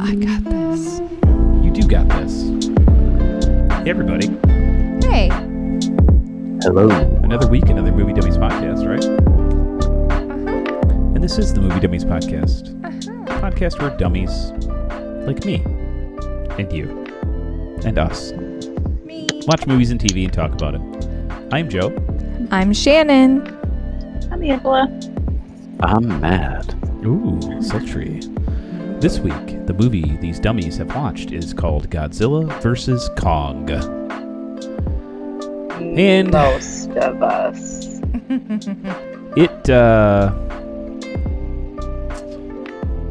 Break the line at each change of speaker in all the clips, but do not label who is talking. I got this.
You do got this. Hey, everybody.
Hey,
Hello.
Another week, another Movie Dummies podcast, right? And this is the Movie Dummies podcast. Podcast where dummies like me and you and us
me.
watch movies and TV and talk about it. I'm Joe.
I'm Shannon.
I'm Angela.
I'm mad.
Ooh, sultry. This week, the movie these dummies have watched is called Godzilla vs. Kong. And-
most of us.
It, uh.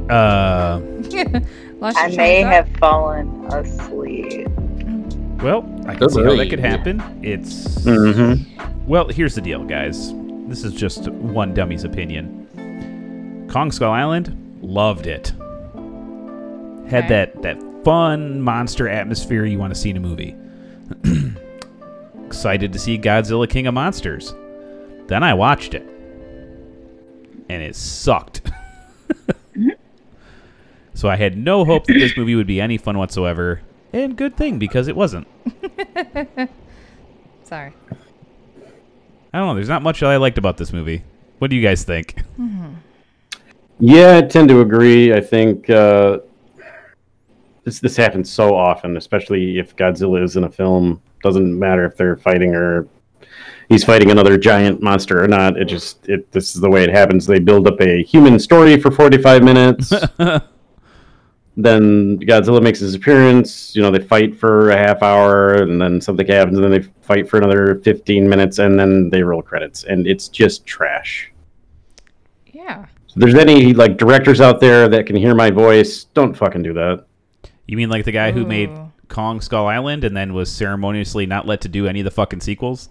Uh.
Lost
I
your
may
train of
have fallen asleep.
Well, I can
Good
see how that
night.
could happen. It's
Mm-hmm.
well. Here's the deal, guys. This is just one dummy's opinion. Kong Skull Island loved it. Had
Okay.
that that fun monster atmosphere you want to see in a movie. Excited to see Godzilla King of Monsters. Then I watched it, and it sucked. so I had no hope that this movie would be any fun whatsoever. And good thing because it wasn't.
thought. Sorry.
I don't know. There's not much that I liked about this movie. What do you guys think?
Yeah, I tend to agree. I think uh, this this happens so often, especially if Godzilla is in a film. Doesn't matter if they're fighting or he's fighting another giant monster or not. It just it this is the way it happens. They build up a human story for forty five minutes. then Godzilla makes his appearance. You know, they fight for a half hour, and then something happens, and then they fight for another fifteen minutes, and then they roll credits, and it's just trash.
Yeah.
So there's any like directors out there that can hear my voice, don't fucking do that.
You mean like the guy who made
Ooh.
Kong Skull Island and then was ceremoniously not let to do any of the fucking sequels?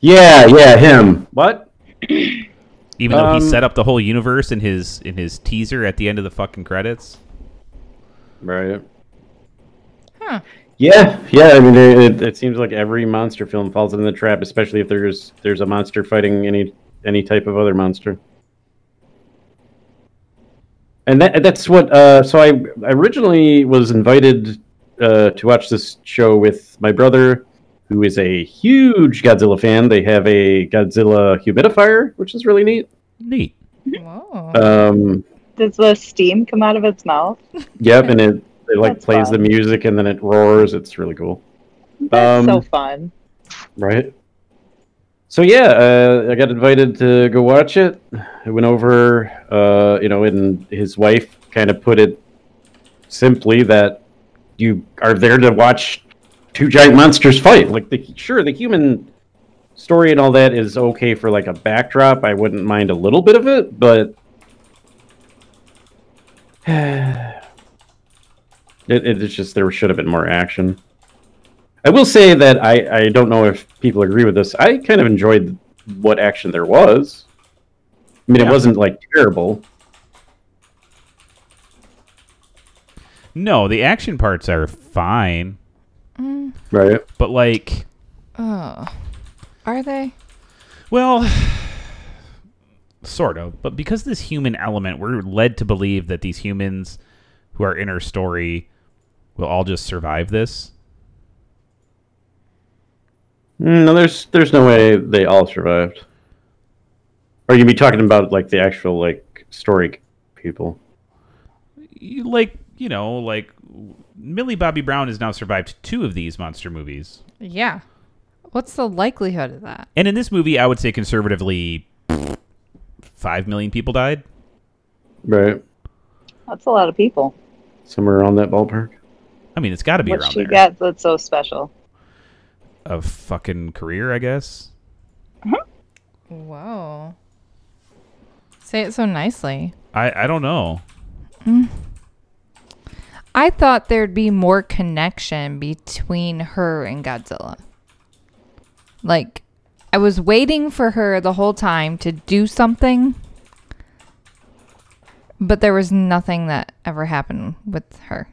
Yeah, yeah, him. What?
Even though he
Um,
set up the whole universe in his in his teaser at the end of the fucking credits.
Right.
Huh.
Yeah, yeah. I mean, it, it, it seems like every monster film falls in the trap, especially if there's there's a monster fighting any any type of other monster. And that that's what. Uh, so I originally was invited uh, to watch this show with my brother, who is a huge Godzilla fan. They have a Godzilla humidifier, which is really neat.
Neat.
Whoa.
Um,
Does the steam come out of its mouth?
yep, and it, it like
That's
plays
fun.
the music and then it roars. It's really cool,
That's
Um,
so fun.
right? So yeah, uh, I got invited to go watch it. I went over, uh, you know, and his wife kind of put it simply that you are there to watch two giant monsters fight. Like, the, sure, the human story and all that is okay for like a backdrop. I wouldn't mind a little bit of it, but It, it, it's just there should have been more action. I will say that I, I don't know if people agree with this. I kind of enjoyed what action there was. I mean,
Yeah.
it wasn't like terrible.
No, the action parts are fine,
Mm.
Right.
but like,
Oh. Are they?
well, sort of. But because of this human element, we're led to believe that these humans who are in our story will all just survive this.
Mm, No, there's there's no way they all survived. Or you'd be talking about like the actual like story people.
you- like you know like millie bobby brown has now survived two of these monster movies
Yeah. What's the likelihood of that?
and in this movie i would say conservatively 5 million people died
Right.
That's a lot of people.
Somewhere around that ballpark.
i mean it's got to be
What
around
she
there
got that's so special.
a fucking career i guess
Whoa. Say it so nicely.
i i don't know
I thought there'd be more connection between her and Godzilla. Like, I was waiting for her the whole time to do something, but there was nothing that ever happened with her.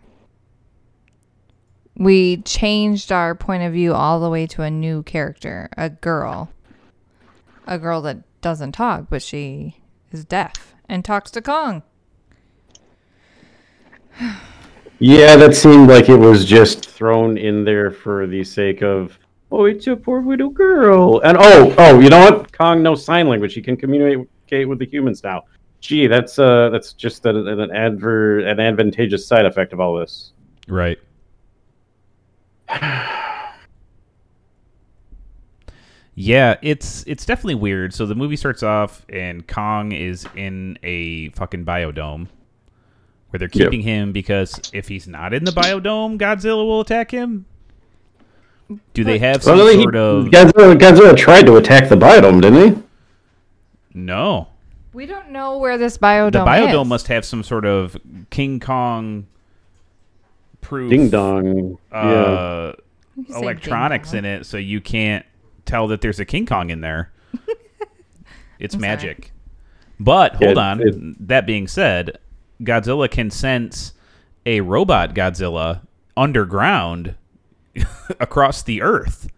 We changed our point of view all the way to a new character, a girl. A girl that doesn't talk, but she is deaf and talks to Kong.
Yeah, that seemed like it was just thrown in there for the sake of oh, it's a poor little girl, and oh, oh, you know what? Kong knows sign language; he can communicate with the humans now. Gee, that's uh, that's just a, an adver an advantageous side effect of all this.
Right. yeah, it's it's definitely weird. So the movie starts off and Kong is in a fucking biodome where they're
Yeah.
keeping him because if he's not in the biodome, Godzilla will attack him. Do they have some
Well, he-
sort of
Godzilla, Godzilla tried to attack the biodome, didn't he?
no?
We don't know where this biodome.
The biodome
is.
must have some sort of King Kong proof
Ding dong. yeah.
uh,
You say
electronics
ding
in it, so you can't tell that there's a King Kong in there. it's
sorry.
magic. But hold
Yeah,
on.
it-
that being said, Godzilla can sense a robot Godzilla underground across the Earth.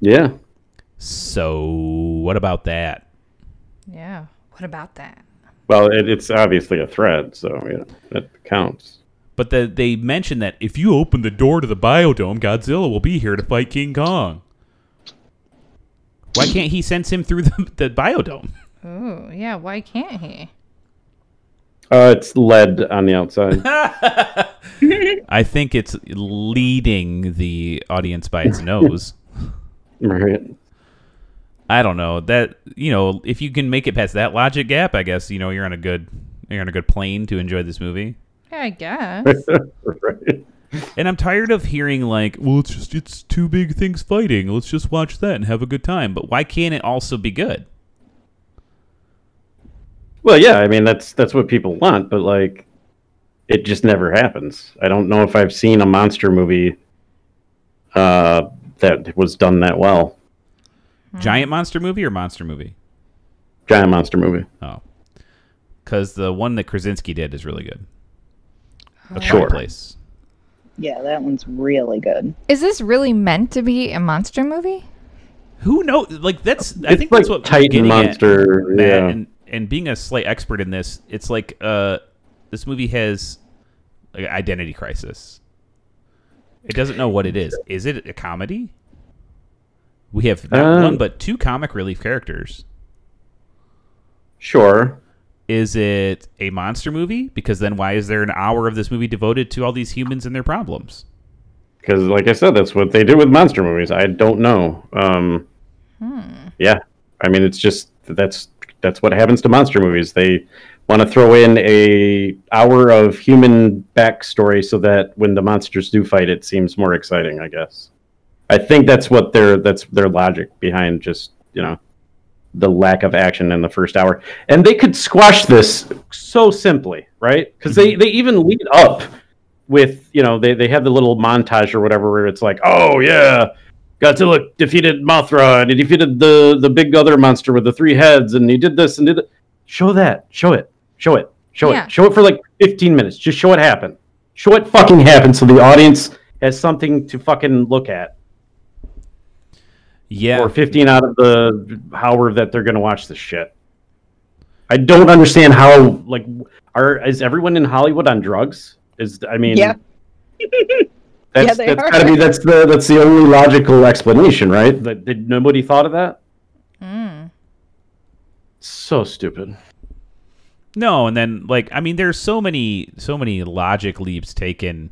Yeah.
So what about that?
dong. Yeah. What about that?
Well, it, it's obviously a threat, so yeah, that counts.
But the, they mentioned that if you open the door to the biodome, Godzilla will be here to fight King Kong. Why can't he sense him through the, the biodome?
Ooh, yeah. Why can't he?
Uh, it's lead on the outside.
I think it's leading the audience by its nose.
right.
I don't know that you know if you can make it past that logic gap, I guess you know you're on a good you're on a good plane to enjoy this movie.
Yeah, I guess.
right.
And I'm tired of hearing like, well, it's just it's two big things fighting. Let's just watch that and have a good time. But why can't it also be good?
Well, yeah, I mean that's that's what people want, but like, it just never happens. I don't know if I've seen a monster movie uh, that was done that well.
Giant monster movie or monster movie?
Giant monster movie.
Oh, because the one that Krasinski did is really good. A Quiet
Sure.
place.
Yeah, that one's really good.
Is this really meant to be a monster movie?
Who knows? Like that's. I
It's
think
like
that's what we're
Titan
getting at.
Monster.
that
Yeah.
and and being a slight expert in this it's like uh this movie has like an identity crisis it doesn't know what it is is it a comedy we have not
Uh,
one but two comic relief characters
Sure.
is it a monster movie because then why is there an hour of this movie devoted to all these humans and their problems
Because, like I said, that's what they do with monster movies. I don't know. Um, Yeah, I mean, it's just that's that's what happens to monster movies. They want to throw in a hour of human backstory so that when the monsters do fight, it seems more exciting. I guess. I think that's what their that's their logic behind just you know the lack of action in the first hour, and they could squash this so simply, right? Because they they even lead up with you know they, they have the little montage or whatever where it's like oh yeah godzilla defeated mothra and he defeated the the big other monster with the three heads and he did this and did it show that show it show it show
Yeah.
it show it for like 15 minutes just show it happen show it fucking happen so the audience has something to fucking look at
yeah
or 15 out of the hour that they're gonna watch this shit i don't understand how like are is everyone in hollywood on drugs is i mean
Yeah.
That's,
Yeah, they
that's
are.
gotta be that's the that's the only logical explanation, right? That did nobody thought of that?
Mm.
So stupid.
No, and then like I mean, there's so many so many logic leaps taken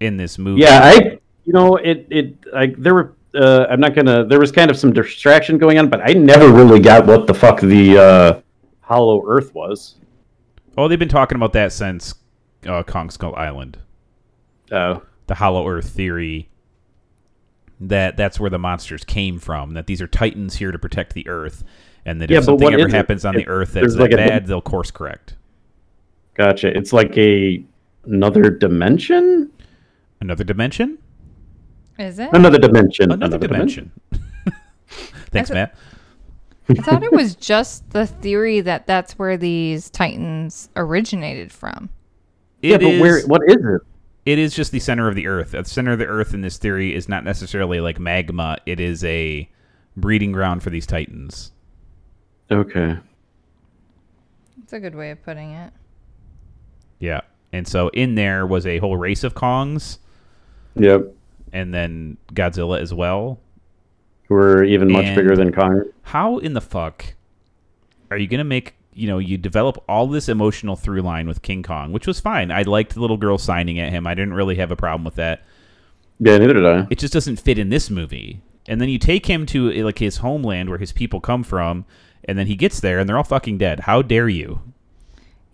in this movie.
Yeah, I you know it it like there were uh, I'm not gonna there was kind of some distraction going on, but I never really got what the fuck the uh, Hollow Earth was.
Oh, they've been talking about that since uh, Kong Skull Island,
Uh,
the Hollow Earth theory. That that's where the monsters came from. That these are titans here to protect the Earth, and that
Yeah,
if
but
something
what
ever
is it?
happens on the
It-
Earth that's
there's
that
like a-
bad, they'll course correct.
gotcha. It's like a another dimension.
Another dimension,
Is
Um,
it?
Another dimension.
another, dimension. Thanks,
That's a-
Matt.
I thought it was just the theory that that's where these titans originated from.
Yeah,
It
but where?
is-
What is it?
it is just the center of the earth. The center of the earth in this theory is not necessarily like magma. It is a breeding ground for these titans.
Okay.
That's a good way of putting it.
Yeah. And so in there was a whole race of Kongs
Yep.
and then Godzilla as well.
Who are even much
And-
bigger than Kong.
How in the fuck are you going to make, you know, you develop all this emotional through line with King Kong, which was fine. I liked the little girl signing at him. I didn't really have a problem with that.
Yeah, neither did I.
it just doesn't fit in this movie. And then you take him to eh, like his homeland where his people come from, and then he gets there and they're all fucking dead. How dare you?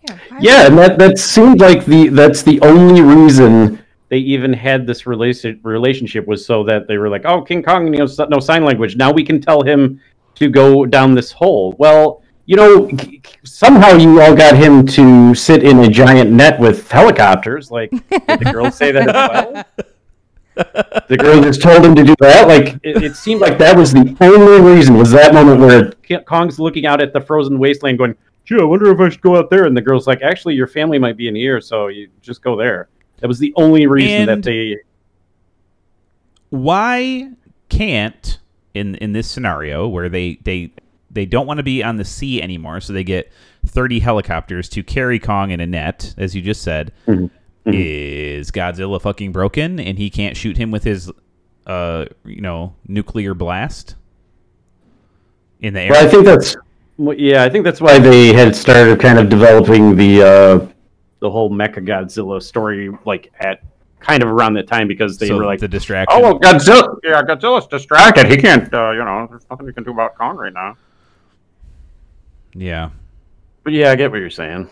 Yeah. why would-
Yeah, and that that seemed like the that's the only reason they even had this relation, relationship was so that they were like, oh, King Kong, you know, s- no sign language. Now we can tell him to go down this hole. Well, you know, k- k- somehow you all got him to sit in a giant net with helicopters. Like, did the girls say that as well? The girl just told him to do that. Like, it, it seemed like that was the only reason was that moment where Ki- Kong's looking out at the frozen wasteland, going, gee, I wonder if I should go out there. And the girl's like, actually, your family might be in here, so you just go there. That was the only
And-
reason that they.
Why can't in in this scenario where they they they don't want to be on the sea anymore, so they get thirty helicopters to carry Kong in a net, as you just said.
Mhm. Mhm.
Is Godzilla fucking broken and he can't shoot him with his uh you know nuclear blast in the air?
Well, I think that's. well, Yeah, I think that's why they had started kind of developing the uh, the whole Mecha Godzilla story, like at kind of around that time, because they
so
were like,
the distraction.
Oh well, Godzilla. Yeah, Godzilla's distracted. He can't. Uh, you know, there's nothing you can do about Kong right now.
yeah.
but yeah, I get what you're saying.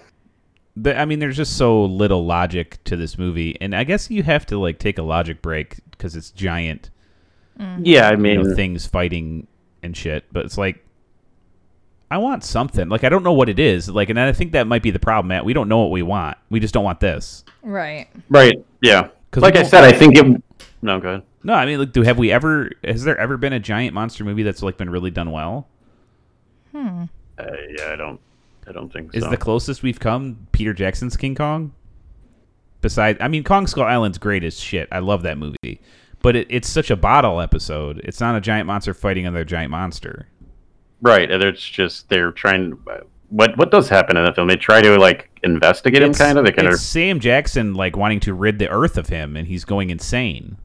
the, I mean, there's just so little logic to this movie, and I guess you have to like take a logic break because it's giant
Yeah, I
you
mean,
know, things fighting and shit. But it's like, I want something. Like I don't know what it is. Like, and I think that might be the problem, Matt. We don't know what we want. We just don't want this.
Right.
right? Yeah,
'Cause
like
we
I
don't-
said, I think it. No, go ahead.
No, I mean, like, do have we ever? Has there ever been a giant monster movie that's like been really done well?
Uh, yeah, I don't. I don't think
Is
so.
the closest we've come Peter Jackson's King Kong? Besides, I mean, Kong Skull Island's great as shit. I love that movie, but it, it's such a bottle episode. It's not a giant monster fighting another giant monster.
Right, and it's just they're trying. What what does happen in the film? They try to like investigate
It's- it's Sam Jackson like wanting to rid the earth of him, and he's going insane.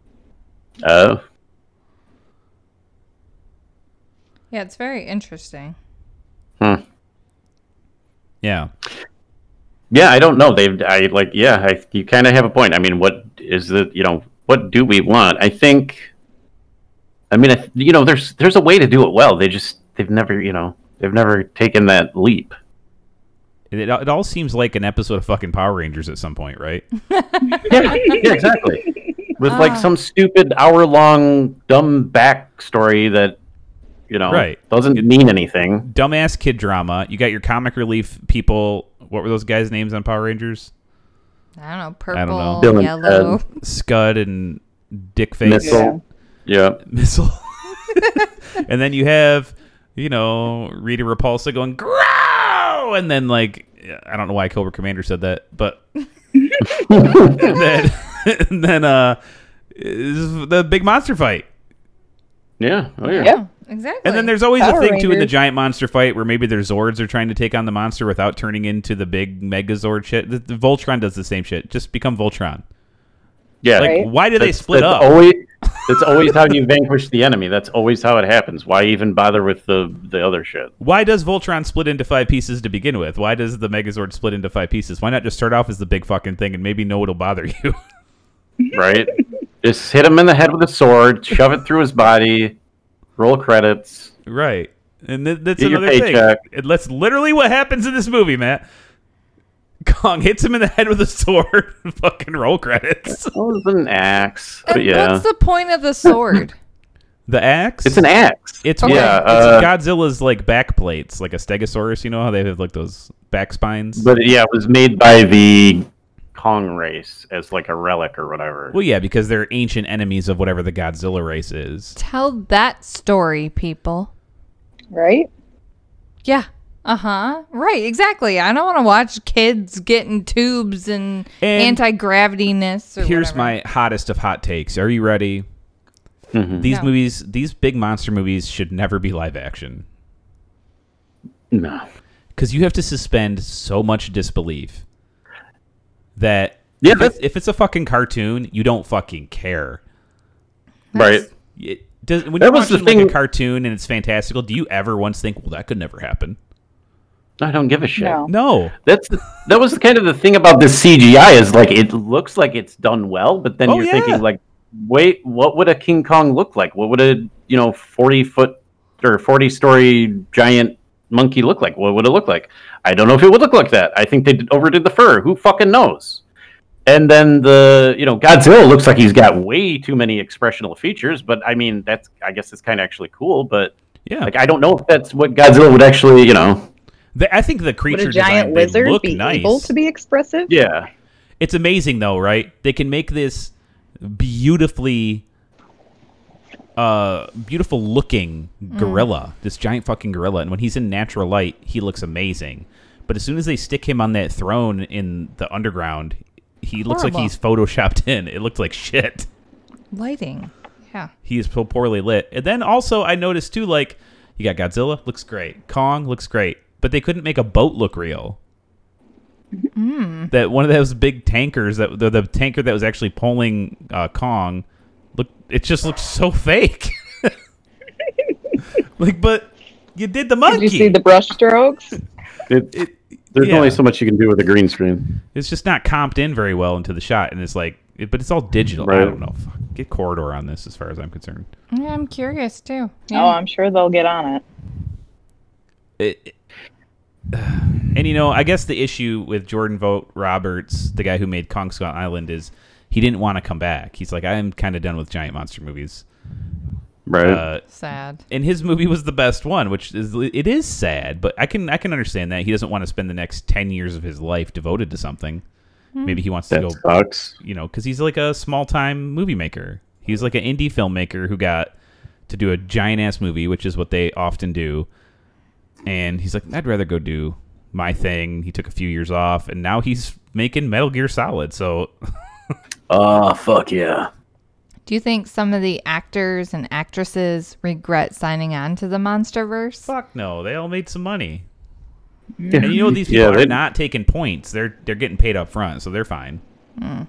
Uh,
Yeah, it's very interesting.
Yeah,
yeah, I don't know. They've I like yeah. I, you kind of have a point. I mean, what is the you know what do we want? I think. I mean, I, you know, there's there's a way to do it well. They just they've never you know they've never taken that leap.
it, it, all- it all seems like an episode of fucking Power Rangers at some point, right?
yeah, yeah, exactly. With like
Ah.
some stupid hour long dumb backstory that you know
Right.
doesn't mean anything.
Dumbass kid drama. You got your comic relief people. What were those guys' names on Power Rangers?
I don't know. Purple,
I don't know.
Dylan,
yellow.
Scud and Dickface.
Missile.
Yeah.
Yeah.
missile. and then you have, you know, Rita Repulsa going grow, and then like I don't know why Cobra Commander said that, but and then and then uh is the big monster fight.
Yeah. Oh, yeah.
Yeah.
exactly.
And then there's always a
Power
thing too in the
Rangers.
giant monster fight where maybe their Zords are trying to take on the monster without turning into the big Megazord shit. The, the Voltron does the same shit. Just become Voltron.
Yeah.
Like,
Right.
why do they
that's,
split
that's
up?
Always, that's always how you vanquish the enemy. That's always how it happens. Why even bother with the the other shit?
Why does Voltron split into five pieces to begin with? Why does the Megazord split into five pieces? Why not just start off as the big fucking thing and maybe no one'll bother you?
Right. just hit him in the head with a sword. Shove it through his body. Roll credits.
right. And th- that's
Get your
another thing.
paycheck.
And that's literally what happens in this movie, Matt. Kong hits him in the head with a sword. fucking roll credits.
Oh, it's an axe.
And
But yeah,
What's the point of the sword?
The axe.
it's an axe.
It's
Okay.
yeah.
Yeah, uh,
it's Godzilla's like back plates, like a Stegosaurus. You know how they have like those back spines.
But yeah, it was made by the Kong race as like a relic or whatever.
well, yeah, because they're ancient enemies of whatever the Godzilla race is.
Tell that story, people.
Right?
Yeah. Uh huh. Right. Exactly. I don't want to watch kids getting tubes and,
And
anti gravitiness.
here's my hottest of hot takes. Are you ready? These
Mm-hmm.
No.
movies, these big monster movies, should never be live action
No.
because you have to suspend so much disbelief. that
Yeah,
if, it's,
that's-
if it's a fucking cartoon, you don't fucking care.
right.
It does, when
That
you're
was the
watching like a
thing-
cartoon and it's fantastical, do you ever once think, well, that could never happen?
I don't give a shit.
No.
No.
That's the, that was kind of the thing about the CGI is like it looks like it's done well, but then
Oh,
you're
yeah.
thinking like, wait, what would a King Kong look like? What would a you know forty foot or forty story giant monkey look like? What would it look like? I don't know if it would look like that. I think they did, overdid the fur. Who fucking knows? And then the you know Godzilla looks like he's got way too many expressional features, but I mean that's I guess it's kind of actually cool, but
Yeah.
like I don't know if that's what Godzilla would actually you know
The- I think the
Would
creature
a giant
design, they
lizard
look
be
nice.
able to be expressive?
yeah
it's amazing though, right? They can make this beautifully uh beautiful looking gorilla, this giant fucking gorilla, and when he's in natural light, he looks amazing. But as soon as they stick him on that throne in the underground, he looks like
Horrible.
he's photoshopped in. It looks like shit.
Lighting. Yeah.
He is so poorly lit. And then also I noticed too, like, you got Godzilla, looks great. Kong looks great. But they couldn't make a boat look real. That one of those big tankers that the, the tanker that was actually pulling uh, Kong look it just looks so fake. like, but you did the monkey.
Did you see the brush strokes?
It, there's
yeah.
only so much you can do with a green screen.
it's just not comped in very well into the shot, and it's like, it, but it's all digital. I
Right.
don't know. Fuck. Get corridor on this, as far as I'm concerned.
Yeah, I'm curious too.
Oh, I'm sure they'll get on it.
it, it- and you know, I guess the issue with Jordan Vogt Roberts, the guy who made Kong Skull Island, is he didn't want to come back. He's like, I'm kind of done with giant monster movies.
right.
Uh,
Sad.
and his movie was the best one, which is it is sad, but I can I can understand that he doesn't want to spend the next ten years of his life devoted to something. Maybe he wants to
That
go
sucks.
you know, because he's like a small time movie maker. He's like an indie filmmaker who got to do a giant ass movie, which is what they often do. And he's like, I'd rather go do my thing. He took a few years off, and now he's making Metal Gear Solid. So
Oh fuck yeah.
Do you think some of the actors and actresses regret signing on to the MonsterVerse?
fuck no, they all made some money. And you know these people
Yeah,
are
they-
not taking points. They're they're getting paid up front, so they're fine.
Oh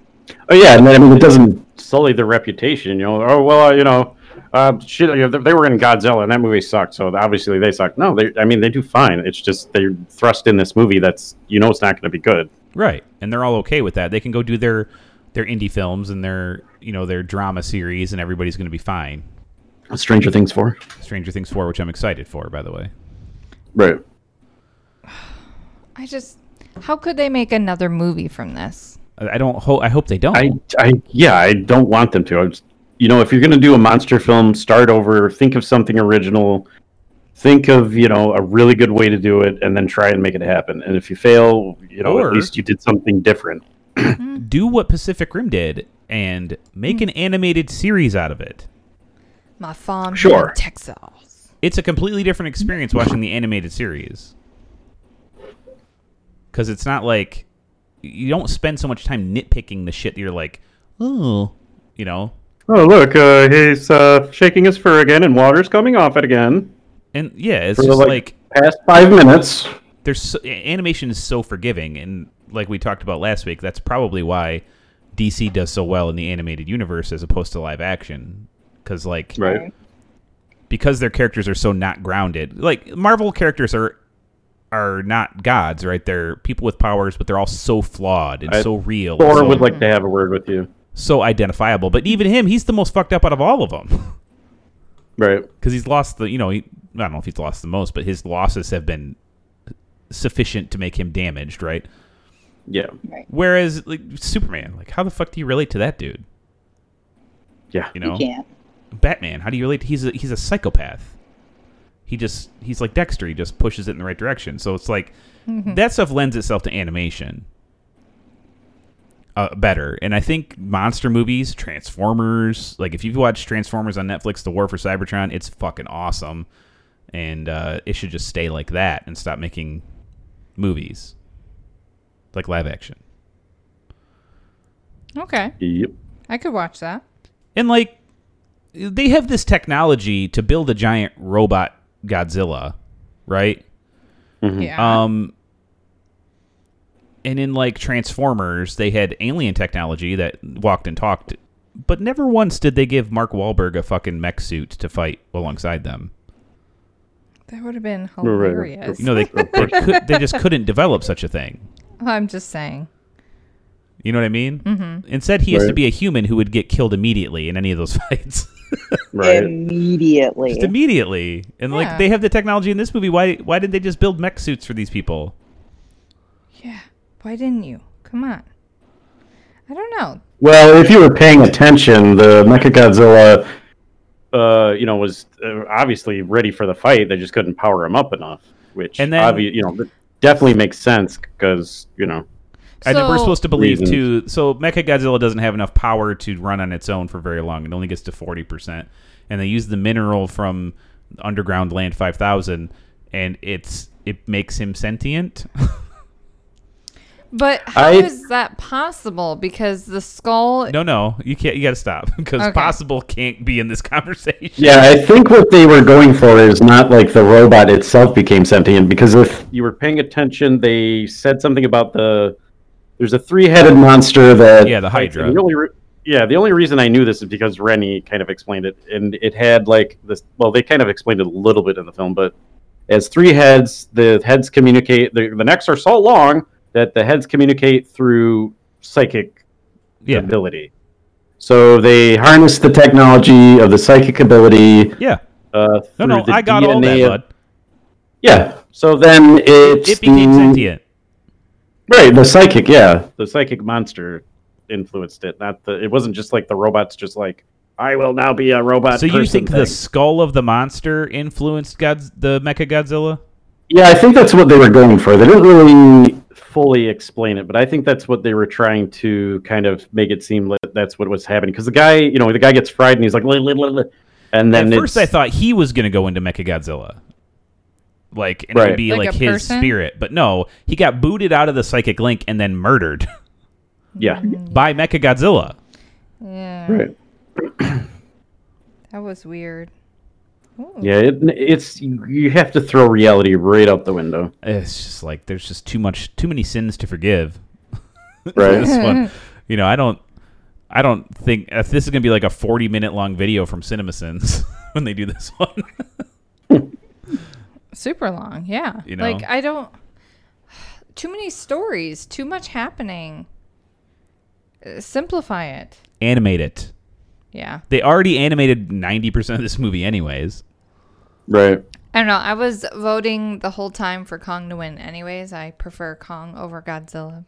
yeah, and then, I mean it doesn't sully their reputation. You know, oh well, uh, you know, uh, shit, you know, they- they were in Godzilla and that movie sucked, so obviously they suck. No, they, I mean they do fine. It's just they're thrust in this movie that's you know it's not going to be good.
Right. And they're all okay with that. They can go do their their indie films and their you know, their drama series and everybody's gonna be fine.
Stranger Things four.
Stranger Things 4, which I'm excited for, by the way.
Right.
I just, how could they make another movie from this?
I I don't hope. I hope they don't.
I, I, yeah, I don't want them to. I was, you know, if you're going to do a monster film, start over. Think of something original. Think of you know a really good way to do it, and then try and make it happen. And if you fail, you know,
Or-
at least you did something different.
Do what Pacific Rim did and
Hmm.
make an animated series out of it.
My farm
Sure.
in Texas.
It's a completely different experience watching the animated series because it's not like you don't spend so much time nitpicking the shit. That you're like, oh, you know,
Oh look, uh, he's uh, shaking his fur again, and water's coming off it again.
and yeah, it's
For,
just
like-
like
Past five minutes.
there's so, animation is so forgiving and like we talked about last week that's probably why dc does so well in the animated universe as opposed to live action because like
Right.
because their characters are so not grounded like marvel characters are are not gods right they're people with powers but they're all so flawed and
I-
so real and
Thor
so,
would like to have a word with you.
so identifiable but even him he's the most fucked up out of all of them
Right.
because he's lost the you know he, i don't know if he's lost the most but his losses have been sufficient to make him damaged right
Yeah.
Whereas like Superman, like how the fuck do you relate to that dude?
Yeah.
You know,
You can't.
Batman, how do you relate? To, he's a, he's a psychopath. He just he's like Dexter. He just pushes it in the right direction. So it's like that stuff lends itself to animation uh, better. And I think monster movies, Transformers, like if you've watched Transformers on Netflix, The War for Cybertron, it's fucking awesome. And uh, it should just stay like that and stop making movies like live action.
Okay,
Yep.
I could watch that.
And like they have this technology to build a giant robot Godzilla, right?
Yeah.
Um and in like Transformers, they had alien technology that walked and talked, but never once did they give Mark Wahlberg a fucking mech suit to fight alongside them.
That would have been
right.
hilarious.
You know, they they, could, they just couldn't develop such a thing.
I'm just saying.
You know what I mean? Mm-hmm. Instead, he has to
Right.
be a human who would get killed immediately in any of those fights.
right?
Immediately.
just immediately. And
Yeah.
like they have the technology in this movie. Why why did they just build mech suits for these people?
Yeah. Why didn't you? Come on. I don't know.
Well, if you were paying attention, the Mechagodzilla, uh, you know, was uh, obviously ready for the fight. They just couldn't power him up enough, which
And then-
obvi- you know definitely makes sense because you know
and then we're
So-
supposed to believe
Reasons.
too. So Mechagodzilla doesn't have enough power to run on its own for very long. It only gets to forty percent, and they use the mineral from underground land five thousand, and it's it makes him sentient.
But how
I-
is that possible? Because the skull.
no, no, you can't. You got to stop because
Okay.
possible can't be in this conversation.
Yeah, I think what they were going for is not like the robot itself became sentient, because if you were paying attention, they said something about the there's a three-headed monster that
Yeah, the Hydra.
And The only re- yeah, the only reason I knew this is because Rennie kind of explained it, and it had like this. Well, they kind of explained it a little bit in the film, but as three heads, the heads communicate. The, the necks are so long that the heads communicate through psychic
yeah,
ability. So they harness the technology of the psychic ability.
yeah.
Uh,
No,
through
no,
the
I got all that.
DNA of-
Bud.
Yeah. So then it's
It became
the-
sentient.
Right, the psychic. Yeah, the psychic monster influenced it. Not the. It wasn't just like the robots. Just like I will now be a robot.
So you
person
think
thing."
the skull of the monster influenced God's the Mecha Godzilla?
Yeah, I think that's what they were going for. They didn't really fully explain it, but I think that's what they were trying to kind of make it seem like that's what was happening. Because the guy, you know, the guy gets fried and he's like, "Lit, lit, lit, lit," and then
At first, I
it's-
thought he was going to go into Mechagodzilla, like and it would
Right.
be
Like
like,
a
his
person?
spirit. But no, he got booted out of the psychic link and then murdered
yeah,
by Mechagodzilla.
Yeah.
right.
That was weird. Ooh.
Yeah, it, it's you you have to throw reality right out the window.
It's just like there's just too much, too many sins to forgive.
Right.
This one, you know, I don't, I don't think if this is going to be like a 40 minute long video from CinemaSins when they do this one.
Super long. Yeah.
You know?
Like, I don't. Too many stories. Too much happening. Uh, Simplify it.
Animate it.
Yeah.
They already animated 90% of this movie, anyways.
Right.
I don't know. I was voting the whole time for Kong to win, anyways. I prefer Kong over Godzilla,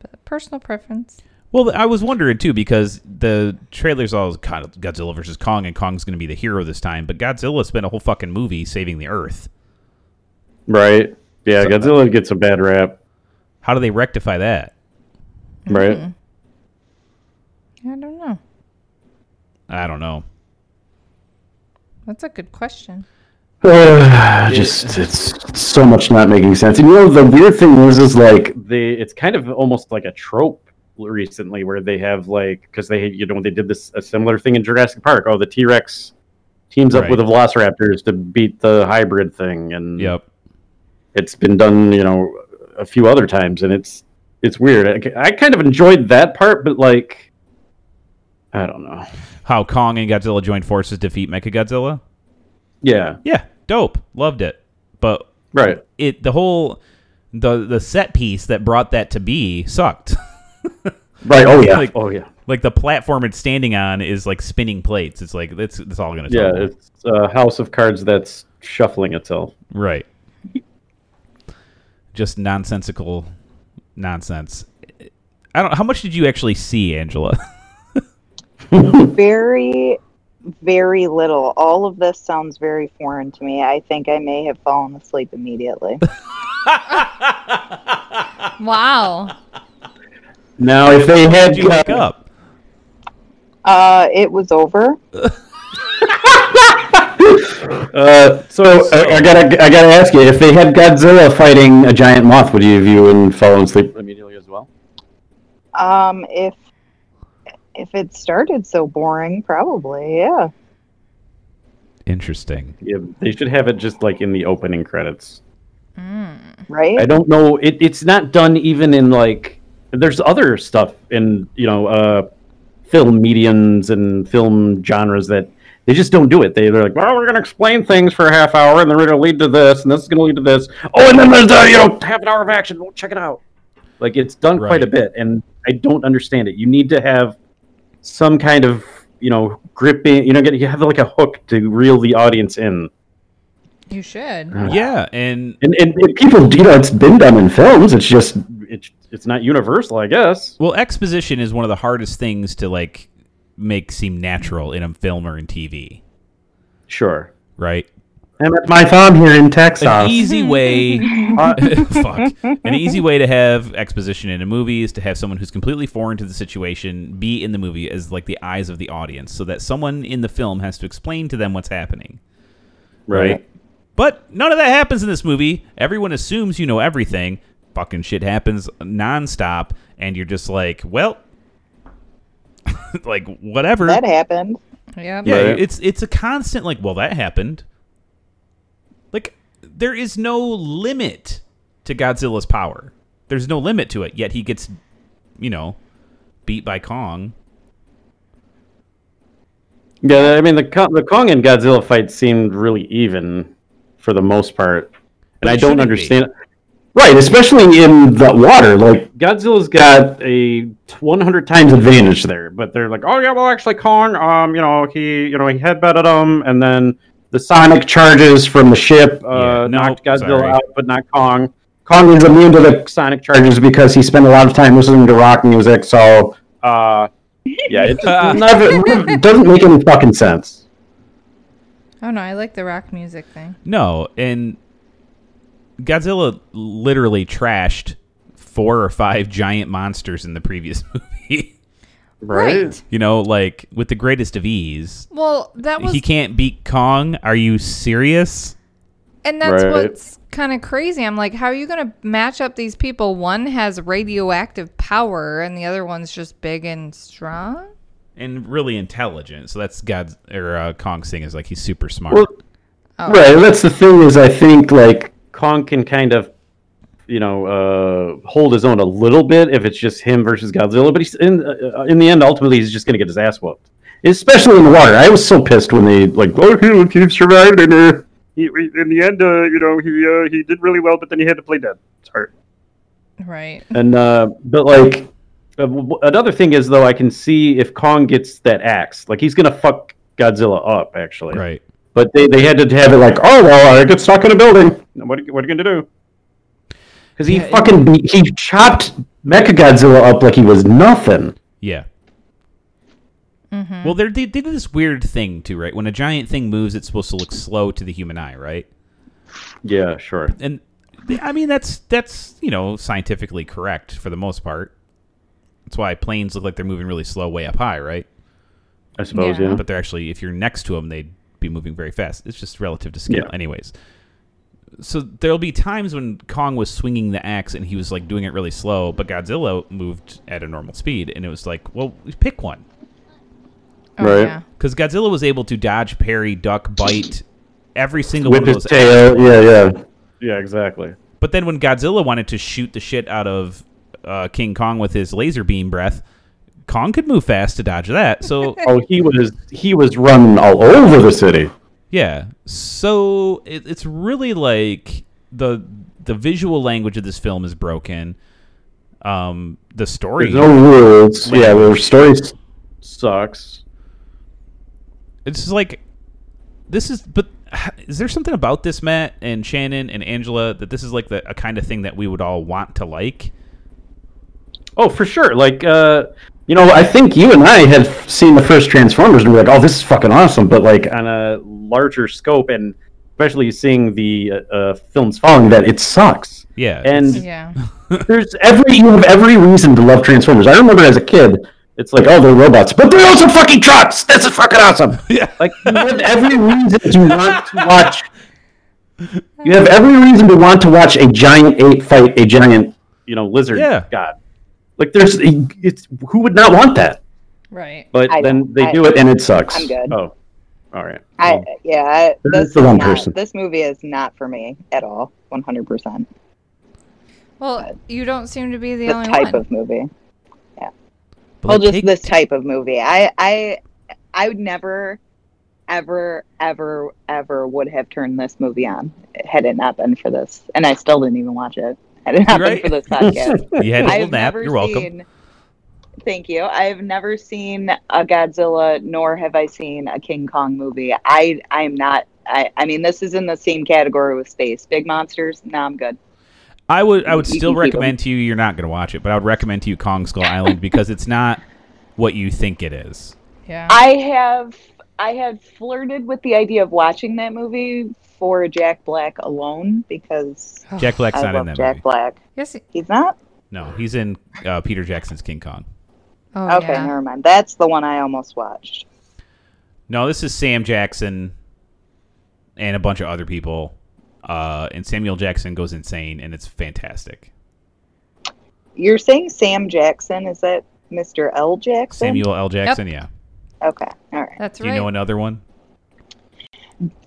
but personal preference.
Well, I was wondering too because the trailers all God- Godzilla versus Kong, and Kong's going to be the hero this time. But Godzilla spent a whole fucking movie saving the Earth.
Right. Yeah, Godzilla gets a bad rap.
How do they rectify that?
Right.
I don't know.
I don't know.
That's a good question.
Uh, just it's so much not making sense. And you know the weird thing is, is like they it's kind of almost like a trope recently where they have like because they you know they did this a similar thing in Jurassic Park. Oh, the T Rex teams up
Right.
with the Velociraptors to beat the hybrid thing, and
Yep.
it's been done you know a few other times, and it's it's weird. I, I kind of enjoyed that part, but like I don't know.
How Kong and Godzilla joined forces to defeat Mechagodzilla?
Yeah,
Yeah, dope. Loved it. But
right.
it the whole the the set piece that brought that to be sucked.
Right. Oh yeah.
Like-
oh yeah.
like the platform it's standing on is like spinning plates. It's like that's that's all going to
Yeah, it's a house of cards that's shuffling itself.
Right. Just nonsensical nonsense. I don't. How much did you actually see, Angela?
very, very little. All of this sounds very foreign to me. I think I may have fallen asleep immediately.
Wow.
Now, if they had
Did you wake up?
uh, it was over.
Uh, so I, I gotta, I gotta ask you, if they had Godzilla fighting a giant moth, would you have you and fall asleep immediately as well?
Um, if if it started so boring, probably yeah.
Interesting.
Yeah, they should have it just like in the opening credits.
right?
I don't know. It, it's not done even in like. There's other stuff in you know uh, film mediums and film genres that they just don't do it. They, they're like, well, we're gonna explain things for a half hour, and they're gonna lead to this, and this is gonna lead to this. Oh, and then there's uh, you know half an hour of action. Well, check it out. Like it's done quite a
Right.
bit, and I don't understand it. You need to have some kind of you know gripping. You know, get you have like a hook to reel the audience in.
You should.
Yeah, and
And, and, and people, you know, it's been done in films. It's just it's it's not universal, I guess.
Well, exposition is one of the hardest things to like make seem natural in a film or in TV,
Sure.
right?
I'm at my farm here in Texas.
An easy way, fuck, an easy way to have exposition in a movie is to have someone who's completely foreign to the situation be in the movie as like the eyes of the audience, so that someone in the film has to explain to them what's happening.
right.
But none of that happens in this movie. Everyone assumes you know everything. Fucking shit happens nonstop, and you're just like, well, like whatever.
that happened.
Yep.
Yeah,
Right.
it's it's a constant like, well, that happened. Like there is no limit to Godzilla's power. There's no limit to it. Yet he gets, you know, beat by Kong.
Yeah, I mean the Kong, the Kong and Godzilla fight seemed really even for the most part, and
it
I don't
shouldn't
understand. Right, especially in the water. Like Godzilla's got a 100 times advantage there, but they're like, oh yeah, well actually Kong, um, you know he, you know he headbutted him, and then the sonic charges from the ship uh,
Yeah, no,
knocked Godzilla
sorry.
out, but not Kong. Kong is immune to the sonic charges because he spent a lot of time listening to rock music, so. Uh, yeah, it
Ah.
just never, doesn't make any fucking sense.
Oh no, I like the rock music thing.
No, and Godzilla literally trashed four or five giant monsters in the previous movie. you know, like with the greatest of ease.
Well, that was
He can't beat Kong. Are you serious?
And that's
Right.
what's kind of crazy. I'm like, how are you going to match up these people? One has radioactive power, and the other one's just big and strong.
and really intelligent. So that's God's or uh, Kong's thing is like he's super smart.
Well, Right. That's the thing is, I think like Kong can kind of, you know, uh, hold his own a little bit if it's just him versus Godzilla. But he's in uh, in the end, ultimately, he's just gonna get his ass whooped, especially in the water. I was so pissed when they like, oh, he, he survived, and uh, he, we- in the end, uh, you know, he uh, he did really well, but then he had to play dead. Sorry.
Right.
And uh, but like uh, w- another thing is though, I can see if Kong gets that axe, like he's gonna fuck Godzilla up actually.
right.
But they, they had to have it like, oh well, I get stuck in a building. What are you- what are you gonna do? Because he fucking beat, he chopped Mechagodzilla up like he was nothing.
Yeah. Well, they're, they they do this weird thing too, right? When a giant thing moves, it's supposed to look slow to the human eye, right?
Yeah, sure.
And I mean that's that's you know scientifically correct for the most part. That's why planes look like they're moving really slow way up high, right?
I suppose.
Yeah.
Yeah.
But they're actually if you're next to them, they'd be moving very fast. It's just relative to scale,
Yeah.
anyways. So there'll be times when Kong was swinging the axe and he was like doing it really slow, but Godzilla moved at a normal speed, and it was like, well, pick one
Oh,
Right.
Yeah.
because Godzilla was able to dodge, parry, duck, bite every single
Whip
one of
his
those.
tail. Yeah, yeah. Yeah, exactly.
But then when Godzilla wanted to shoot the shit out of uh, King Kong with his laser beam breath, Kong could move fast to dodge that. So
Oh, he was he was running all over the city.
Yeah. So it, it's really like the the visual language of this film is broken. Um, the story
There's no rules. Yeah, their story s- sucks.
it's just like this is but is there something about this Matt and Shannon and Angela that this is like the a kind of thing that we would all want to like?
Oh, for sure. Like, uh, you know, I think you and I had seen the first Transformers and we were like, "Oh, this is fucking awesome," but like on a larger scope, and especially seeing the uh, uh, films following that, it sucks.
Yeah.
And
Yeah.
there's every you have every reason to love Transformers. I remember as a kid, it's like, "Oh, they're robots," but they're also fucking trucks. This is fucking awesome.
yeah.
Like you have every reason to want to watch. You have every reason to want to watch a giant ape fight a giant, you know, lizard
Yeah.
god. Like there's, it's who would not want that?
Right.
But
I
then
don't-
they
I-
do it and it sucks.
I'm good.
Oh,
All right.
I yeah, I,
There is
this
the
is
one
not-
person.
This movie is not for me at all. One hundred percent.
Well, you don't seem to be the,
This
only
type
one.
of movie.
But,
well,
like,
just
take-
this type of movie. I I I would never, ever, ever, ever would have turned this movie on had it not been for this, and I still didn't even watch it. Had it not
Right.
been for this podcast.
You had a little
I've
nap.
never
You're welcome.
seen. Thank you. I've never seen a Godzilla, nor have I seen a King Kong movie. I I am not. I I mean, this is in the same category with space. Big monsters. No, I'm good.
I would I would
You
still
can keep 'em.
recommend to you you're not going to watch it, but I would recommend to you Kong Skull Island because it's not what you think it is.
yeah.
I have I had flirted with the idea of watching that movie for Jack Black alone because
Jack Black's
I
not in
love
that
Jack
movie.
Black.
yes. Oh, y-
He's not.
No, he's in uh, Peter Jackson's King Kong.
Oh,
okay,
yeah.
never mind. That's the one I almost watched.
No, this is Sam Jackson and a bunch of other people. Uh, and Samuel Jackson goes insane, and it's fantastic.
You're saying Sam Jackson? Is that Mr. L. Jackson?
Samuel L. Jackson, yeah.
Okay, all right.
That's
Do
right.
you know another one?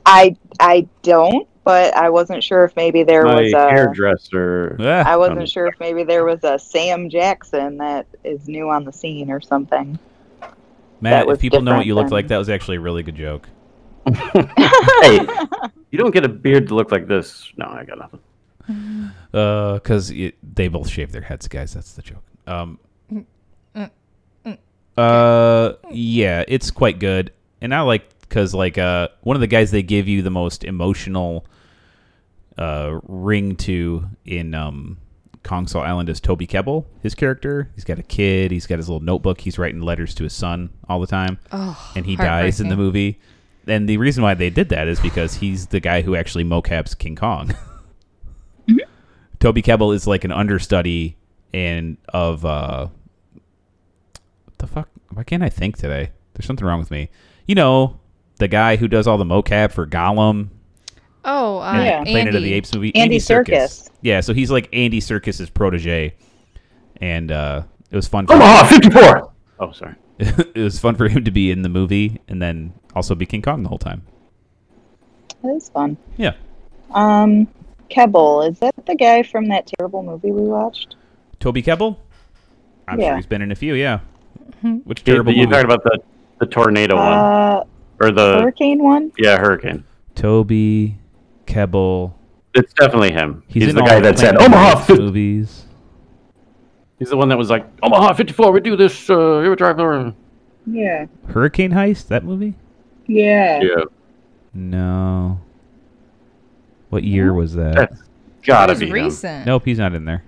I I don't, but I wasn't sure if maybe there
My
was a.
hairdresser.
Ah,
I
Um,
wasn't sure if maybe there was a Sam Jackson that is new on the scene or something.
Matt, if
was
people know what
different
you look
than-
like, that was actually a really good joke.
Hey, you don't get a beard to look like this. No, I got nothing.
because Uh, they both shave their heads, guys. That's the joke. Um,
mm, mm.
uh, yeah, it's quite good, and I like because like uh, one of the guys they give you the most emotional uh ring to in um Kong Saw Island is Toby Kebbell. His character, he's got a kid, he's got his little notebook, he's writing letters to his son all the time
oh,
and he dies in the
heartbreaking.
movie. And the reason why they did that is because he's the guy who actually mocaps King Kong.
Mm-hmm.
Toby Kebbell is like an understudy and of uh what the fuck why can't I think today? There's something wrong with me. You know, the guy who does all the mocap for Gollum
Oh, uh,
and
Yeah.
the Planet
Andy.
of the Apes movie.
Andy
Serkis.
Serkis.
Yeah, so he's like Andy Circus's protege. And uh it was fun for
Omaha, 54! Oh, sorry.
it was fun for him to be in the movie and then also be King Kong the whole time.
That is fun.
Yeah.
Um, Kebble, is that the guy from that terrible movie we watched?
Toby Kebbell? I'm sure
Yeah.
he's been in a few, yeah. Which
You,
terrible
you
movie?
talked about the, the tornado one.
Uh,
Or the,
Hurricane one?
yeah, hurricane.
Toby Kebbell.
It's definitely him. He's,
in
the
all
guy that said,
Planet of the
Omaha!
Apes
fif-"
movies.
He's the one that was like, Omaha 54, we do this, uh, here we drive over.
Yeah.
Hurricane Heist, that movie?
Yeah.
Yeah.
No. What year was that?
That's
That
gotta
was
be him.
recent.
Nope, he's not in there.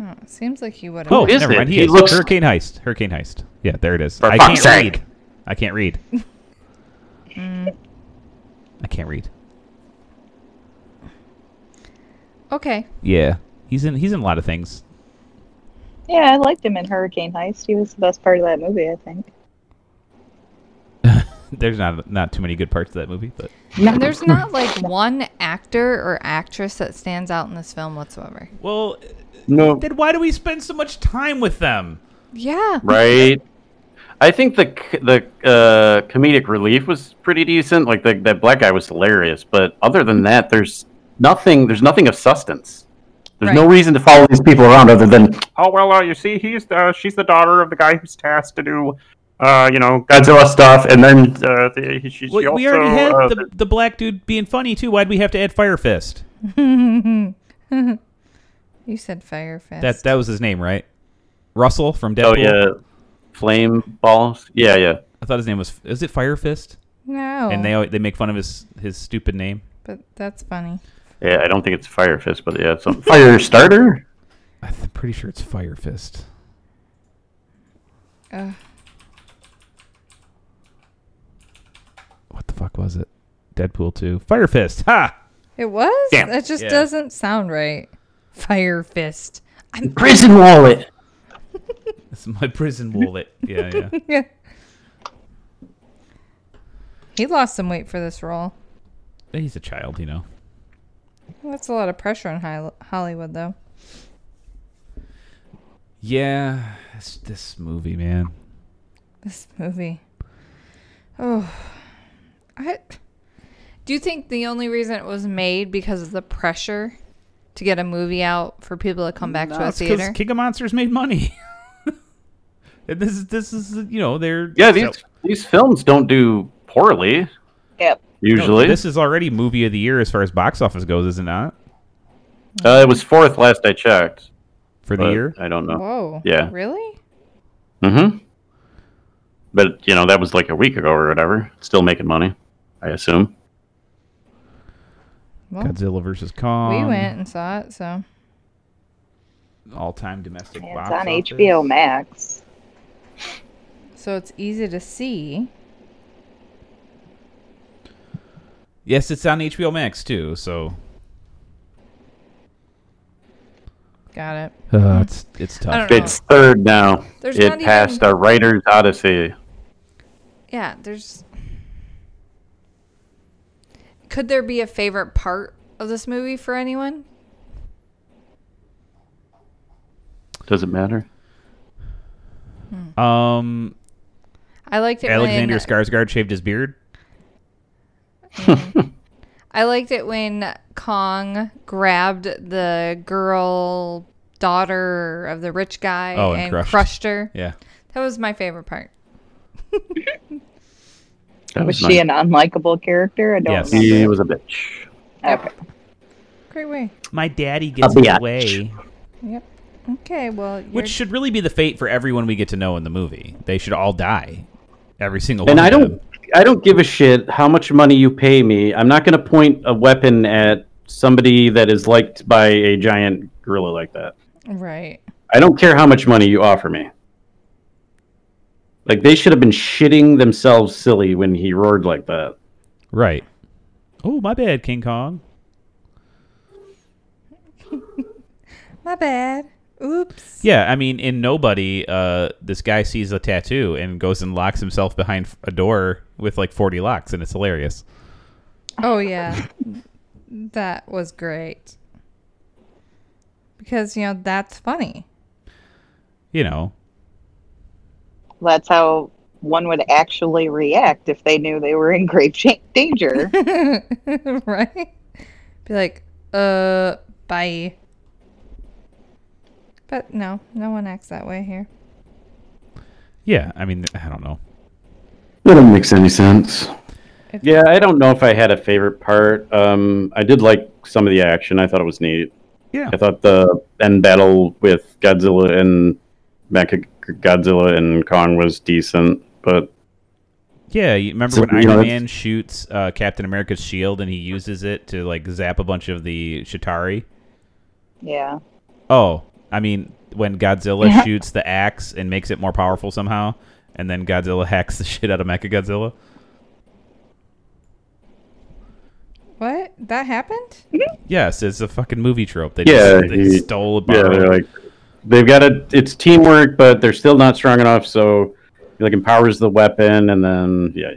Huh, seems like he would have.
Oh,
is
never
it?
mind. He,
He
is.
looks-
Hurricane Heist. Hurricane Heist. Yeah, there it is.
For
I
fuck's
can't
sake.
read. I can't read. I can't read.
okay.
Yeah. He's in he's in a lot of things.
Yeah, I liked him in Hurricane Heist. He was the best part of that movie, I think.
There's not not too many good parts of that movie, but
And there's not like one actor or actress that stands out in this film whatsoever.
Well,
No,
then why do we spend so much time with them?
Yeah.
Right? I think the c- the uh, comedic relief was pretty decent. Like the, that black guy was hilarious, but other than that, there's nothing. There's nothing of substance. There's no
Right.
reason to follow these people around other than oh well, uh, you see, he's uh, she's the daughter of the guy who's tasked to do. Uh, you know, Godzilla stuff, and then uh, the, he- she, she
Well, we
also,
already had
uh,
the, the black dude being funny too. Why'd we have to add Fire Fist?
You said Fire Fist.
That that was his name, right? Russell from Deadpool.
oh yeah, flame balls. Yeah, yeah.
I thought his name was is it Fire Fist?
no.
And they al- they make fun of his his stupid name.
but that's funny.
Yeah, I don't think it's Fire Fist, but yeah, it's some Fire Starter.
I'm pretty sure it's Fire Fist.
Ugh.
What the fuck was it? Deadpool 2. Fire Fist. Ha.
It was?
Damn.
That just
Yeah.
doesn't sound right. Fire Fist. I'm
Prison wallet.
It's my prison wallet. Yeah, yeah.
He lost some weight for this role.
He's a child, you know.
That's a lot of pressure on Hol- Hollywood, though.
Yeah, it's this movie, man.
This movie. Oh, I, do you think the only reason it was made because of the pressure to get a movie out for people to come back to a
it's 'cause
theater?
King of Monsters made money. And this is this is you know they're
Yeah,
so-
these these films don't do poorly
Yep.
no,
usually.
this is already movie of the year as far as box office goes, is it not?
uh, it was fourth last I checked.
For the
but uh,
year,
I don't know.
Whoa.
Yeah.
Really?
Mm-hmm. But you know that was like a week ago or whatever. Still making money, I assume.
Well,
Godzilla versus Kong.
we went and saw it, so
all-time domestic
It's
box
on
office.
HBO Max.
so it's easy to see.
Yes, it's on HBO Max too. So
Got it.
Uh, it's it's tough.
I don't know.
It's third now.
There's not
it
even-
passed our writer's odyssey.
Yeah, there's. Could there be a favorite part of this movie for anyone?
Does it matter?
Um,
I liked it.
Alexander
when,
Skarsgård shaved his beard.
I liked it when Kong grabbed the girl daughter of the rich guy
Oh, and
and
crushed.
crushed her.
Yeah,
That was my favorite part.
That
Was
nice.
she an unlikable character? I don't
Yes.
remember.
He was a bitch.
Okay.
Great way.
my daddy gets
A biatch.
away,
Yep. Okay, well, you're,
which should really be the fate for everyone we get to know in the movie. They should all die, every single.
And
one
I
of
don't
them.
I don't give a shit how much money you pay me. I'm not going to point a weapon at somebody that is liked by a giant gorilla like that.
right.
I don't care how much money you offer me. Like they should have been shitting themselves silly when he roared like that.
Right. Oh, my bad, King Kong.
My bad. Oops.
Yeah, I mean, in Nobody, uh, this guy sees a tattoo and goes and locks himself behind f- a door with like 40 locks, and it's hilarious.
Oh yeah, that was great. Because you know that's funny.
You know,
That's how one would actually react if they knew they were in grave cha- danger.
right? Be like, uh, bye. But no, no one acts that way here.
yeah. I mean, I don't know.
That doesn't make any sense.
Yeah, I don't know if I had a favorite part. Um, I did like some of the action. I thought it was neat.
Yeah.
I thought the end battle with Godzilla and Mecha Godzilla and Kong was decent, but
Yeah, you remember
So,
when
you
Iron
know, that's-
Man shoots uh, Captain America's shield and he uses it to like zap a bunch of the Shatari?
yeah.
Oh, I mean when Godzilla
Yeah.
shoots the axe and makes it more powerful somehow, and then Godzilla hacks the shit out of Mechagodzilla.
What? That happened?
Yes, it's a fucking movie trope. They
Yeah,
just they
he-
stole a
yeah,
borrowed.
they're like they've got a it's teamwork, but they're still not strong enough. So he like empowers the weapon, and then yeah,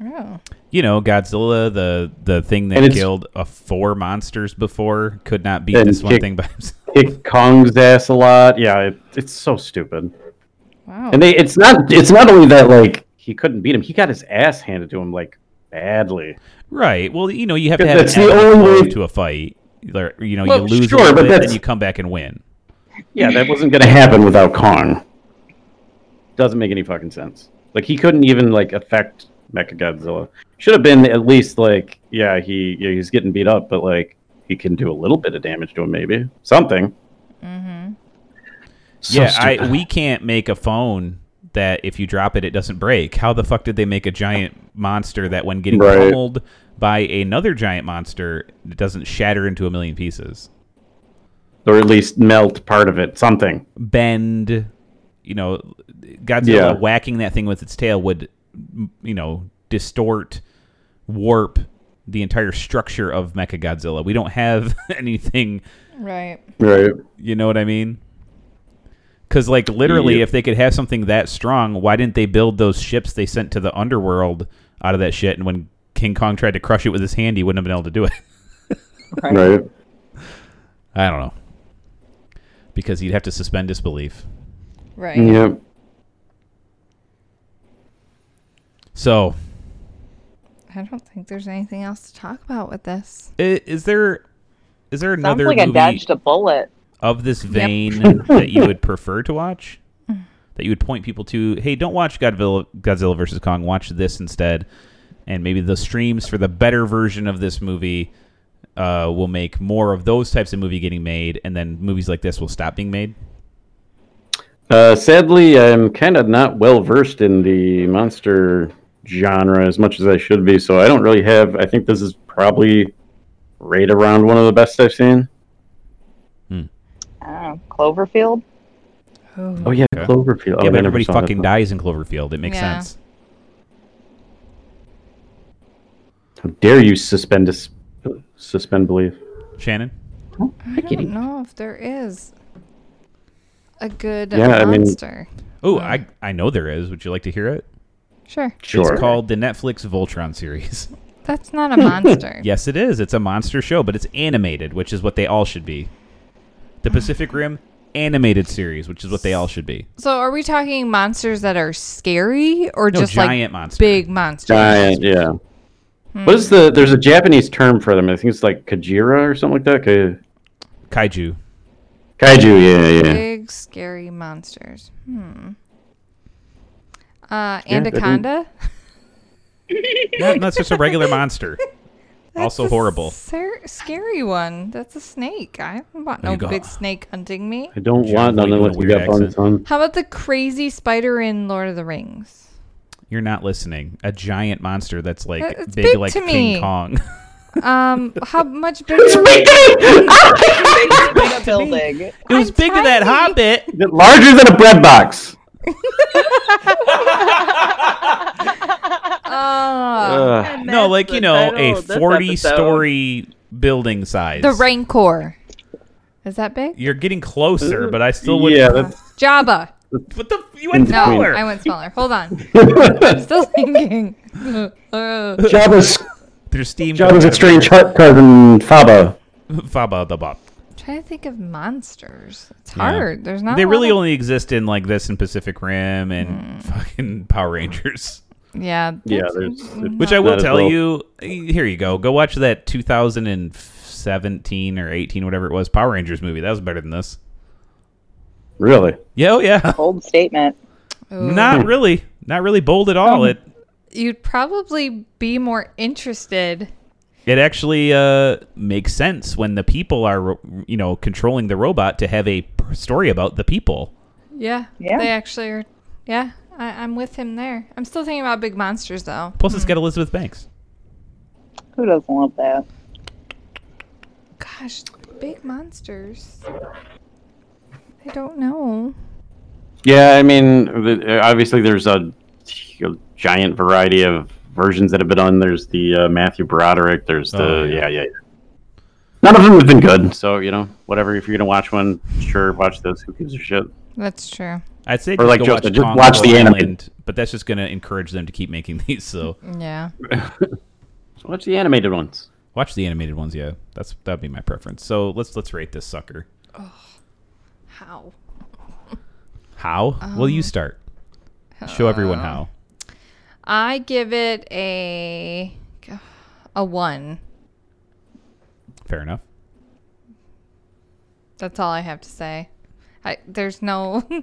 yeah.
Oh.
you know, Godzilla, the the thing
And
that
it's-
killed a four monsters before, could not beat
And
this one
kick-
thing by himself.
kick Kong's ass a lot. Yeah, it, it's so stupid.
Wow.
And they it's not it's not only that like he couldn't beat him, he got his ass handed to him like badly.
Right. Well, you know, you have to
Because
have an
that's the
epic
only
blow
way-
to a fight. There- You know,
Well,
you lose
sure,
a little
but
bit,
that's-
then you come back and win.
Yeah, that wasn't gonna happen without Kong. Doesn't make any fucking sense. Like he couldn't even like affect Mechagodzilla. Should have been at least like yeah he yeah, he's getting beat up, but like he can do a little bit of damage to him maybe something.
mm-hmm.
So
yeah, I,
stupid.
we can't make a phone that if you drop it, it doesn't break. How the fuck did they make a giant monster that, when getting
Right.
pummeled by another giant monster, it doesn't shatter into a million pieces?
or at least melt part of it something.
Bend, you know, Godzilla
Yeah.
whacking that thing with its tail would, m- you know, distort, warp the entire structure of Mechagodzilla. We don't have anything
Right.
Right.
You know what I mean? Because, like, literally,
Yeah.
if they could have something that strong, why didn't they build those ships they sent to the underworld out of that shit? And when King Kong tried to crush it with his hand, he wouldn't have been able to do it.
Right.
I don't know. Because he'd have to suspend disbelief.
Right.
Yeah.
So,
I don't think there's anything else to talk about with this.
I- Is there is there
Sounds
another
like I
movie
dodged a bullet.
of this vein that you would prefer to watch? That you would point people to, hey, don't watch Godzilla, Godzilla versus Kong. Watch this instead, and maybe the streams for the better version of this movie uh, will make more of those types of movie getting made, and then movies like this will stop being made.
Uh, sadly, I'm kind of not well versed in the monster genre as much as I should be, so I don't really have. I think this is probably right around one of the best I've seen.
I don't know. Cloverfield?
Oh yeah,
Okay.
Cloverfield. Oh,
yeah,
I
but
never
everybody
saw that
fucking
one.
dies in Cloverfield. It makes
Yeah.
sense.
How dare you suspend dis- suspend belief?
Shannon,
I don't know if there is a good
Yeah, I mean-
monster.
oh, I I know there is. Would you like to hear it?
Sure.
Sure.
It's called the Netflix Voltron series.
That's not a monster.
yes, it is. It's a monster show, but it's animated, which is what they all should be.
Hmm.
The Pacific Rim animated series, which is what they all should be.
So are we talking monsters that are scary or
No,
just
giant
like
monster.
big monsters?
Giant, yeah. What is the? There's a Japanese term for them. I think it's like Kajira or something like that. Ka-
Kaiju.
kaiju, yeah, yeah.
Big scary monsters. Hmm. Uh,
Yeah, that
Anaconda.
No, that's just a regular monster.
That's
also
a
horrible.
Ser- scary one. That's a snake. I don't want
Oh,
no
you got-
big snake hunting me.
I don't
Sure,
want none
like
unless
a
you
weird
got buns
accent.
on.
How about the crazy spider in Lord of the Rings?
You're not listening. A giant monster that's like
Uh, it's
big,
big
like
to me.
King Kong.
Um, how much bigger?
Big building.
it was big to that hobbit.
Larger than a bread box.
Uh,
Ugh.
no, like you know, a forty-story building size.
the Rancor. Is that big?
You're getting closer, but I still would.
yeah, that's
Jabba.
What the? You went
No,
smaller.
I went smaller. Hold on. I'm still thinking. Uh,
Jabba's
There's steam.
Jabba's
coming
extreme heart cousin
out
Faba.
of- Faba the Bop.
trying to think of monsters. It's
Yeah.
hard. There's not.
They
a lot
Oh.
really
of-
only exist in like this and Pacific Rim
Hmm.
and fucking Power Rangers.
Yeah.
Yeah,
that's-
there's
Mm. Which I will
as
tell
well.
you, here you go. Go watch that 2017 or 18, whatever it was, Power Rangers movie. That was better than this.
really.
Yeah, oh yeah.
Bold statement.
Ooh.
Not really. Not really bold at
Um.
all. It
You'd probably be more interested.
it actually uh, makes sense when the people are ro- you know controlling the robot to have a p- story about the people.
Yeah.
Yeah.
They actually are. Yeah. I, I'm with him there. I'm still thinking about big monsters though.
Plus,
Hmm.
it's got Elizabeth Banks.
Who doesn't love that?
Gosh, big monsters. I don't know.
Yeah, I mean,
The- uh, Obviously, there's a, a giant variety of versions that have been on. There's the uh, Matthew Broderick. There's the
Oh, yeah.
yeah. yeah, yeah. None of them have been good. So you know, whatever. If you're gonna watch one, sure, watch this. Who gives a shit?
That's true.
I'd say
Or
just
like
go
Joseph,
watch,
just
Kong
watch the
Skull
anime.
Island, but that's just going to encourage them to keep making these. So
Yeah.
So watch the animated ones.
watch the animated ones. Yeah, that's that'd be my preference. So let's let's rate this sucker.
How?
How? Will you start? Show everyone how.
I give it a a one.
Fair enough.
That's all I have to say. I there's no uh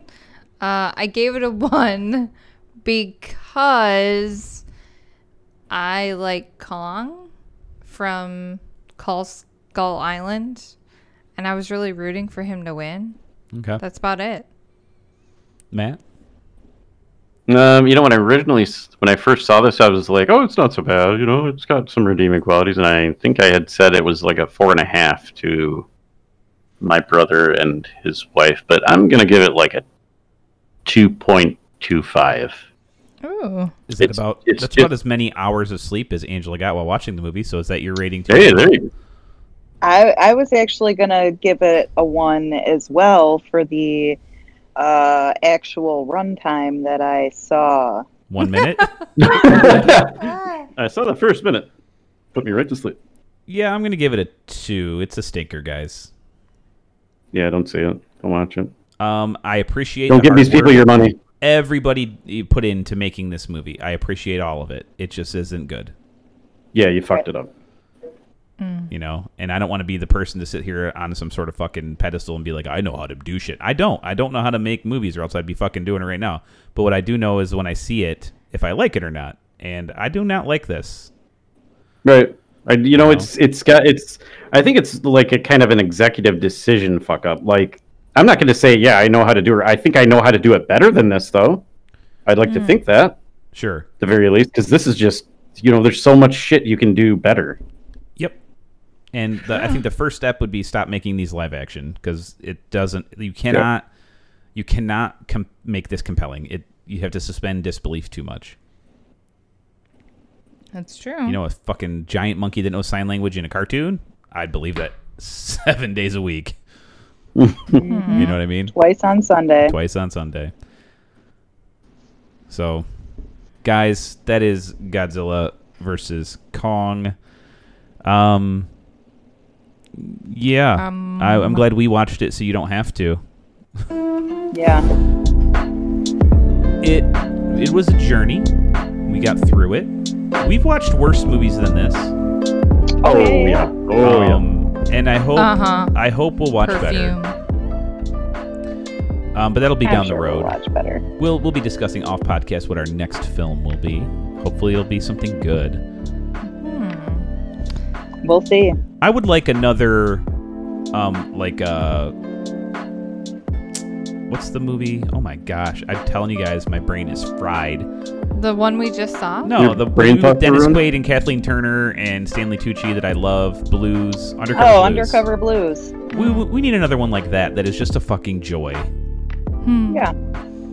I gave it a 1 because I like Kong from Call Skull Island and I was really rooting for him to win.
Okay,
That's about it.
Matt.
Um, you know, when I originally, s- when I first saw this, I was like, "Oh, it's not so bad." You know, it's got some redeeming qualities, and I think I had said it was like a four and a half to my brother and his wife, but I'm gonna give it like a two point two five.
Ooh.
Is that
It's-
about?
it's
that's
ju-
about as many hours of sleep as Angela got while watching the movie. So is that your rating? too?
Hey, there you go.
I, I was actually going to give it a one as well for the uh, actual runtime that I saw.
One minute.
I saw the first minute, put me right to sleep.
yeah, I'm gonna give it a two. It's a stinker, guys.
Yeah, don't see it. Don't watch it.
Um, I appreciate.
don't
the
give
hard
these people
work eh,
your money.
everybody you put into making this movie. I appreciate all of it. It just isn't good.
Yeah, you fucked it up.
you know and i don't want to be the person to sit here on some sort of fucking pedestal and be like i know how to do shit i don't i don't know how to make movies or else i'd be fucking doing it right now but what i do know is when i see it if i like it or not and i do not like this
Right. I, you know, it's it's got it's. I think it's like a kind of an executive decision fuck up. Like, I'm not going to say, yeah, I know how to do it. I think I know how to do it better than this, though. I'd like to think that, at
sure
the very least, because this is just, you know, there's so much shit you can do better.
yep and the, i think the first step would be stop making these live action because it doesn't you cannot you cannot com- make this compelling it you have to suspend disbelief too much
That's true.
you know a fucking giant monkey that knows sign language in a cartoon i'd believe that seven days a week you know what i mean
Twice on Sunday.
twice on Sunday. So, guys, that is Godzilla versus Kong. Um, yeah,
Um,
I, I'm glad we watched it, so you don't have to.
Yeah.
It it was a journey. We got through it. We've watched worse movies than this.
Oh, yeah, yeah,
yeah. Oh yeah.
um, And I hope
Uh-huh.
I hope we'll watch
Perfume.
better. Um, but that'll be
I'm
down
sure
the
we'll
road.
Watch better.
We'll we'll be discussing off podcast what our next film will be. Hopefully, it'll be something good.
Hmm.
We'll see.
I would like another, um, like uh, what's the movie? Oh my gosh! I'm telling you guys, my brain is fried.
The one we just saw?
No,
Your
the
brain
movie
thought
with Dennis
ruined?
Quaid and Kathleen Turner and Stanley Tucci that I love, Blues, Undercover.
Oh,
Blues.
undercover blues.
We, we we need another one like that. That is just a fucking joy.
Hmm.
Yeah.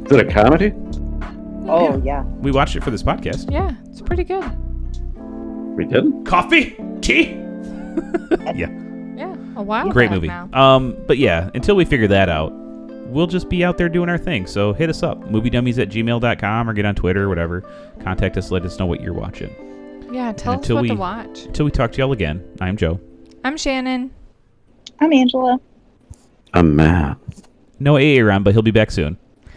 Is it a comedy?
Oh yeah.
We watched it for this podcast.
Yeah, it's pretty good.
We did.
Coffee, tea. yeah.
Yeah, a while
great
back
movie.
now.
Um, but yeah, until we figure that out, we'll just be out there doing our thing. So hit us up, moviedummies at gmail.com or get on Twitter or whatever. Contact us, let us know what you're watching.
Yeah, tell us
until
what
we-
to watch.
Until we talk to y'all again, I'm Joe.
I'm Shannon.
I'm Angela.
A man.
No Aaron, but he'll be back soon.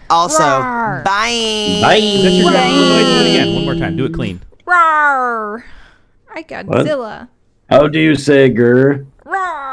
Also,
Rawr.
bye.
Is that your guys' little way? Do it again, one more time. Do it clean.
Roar! I Godzilla.
How do you say, girl?
Roar!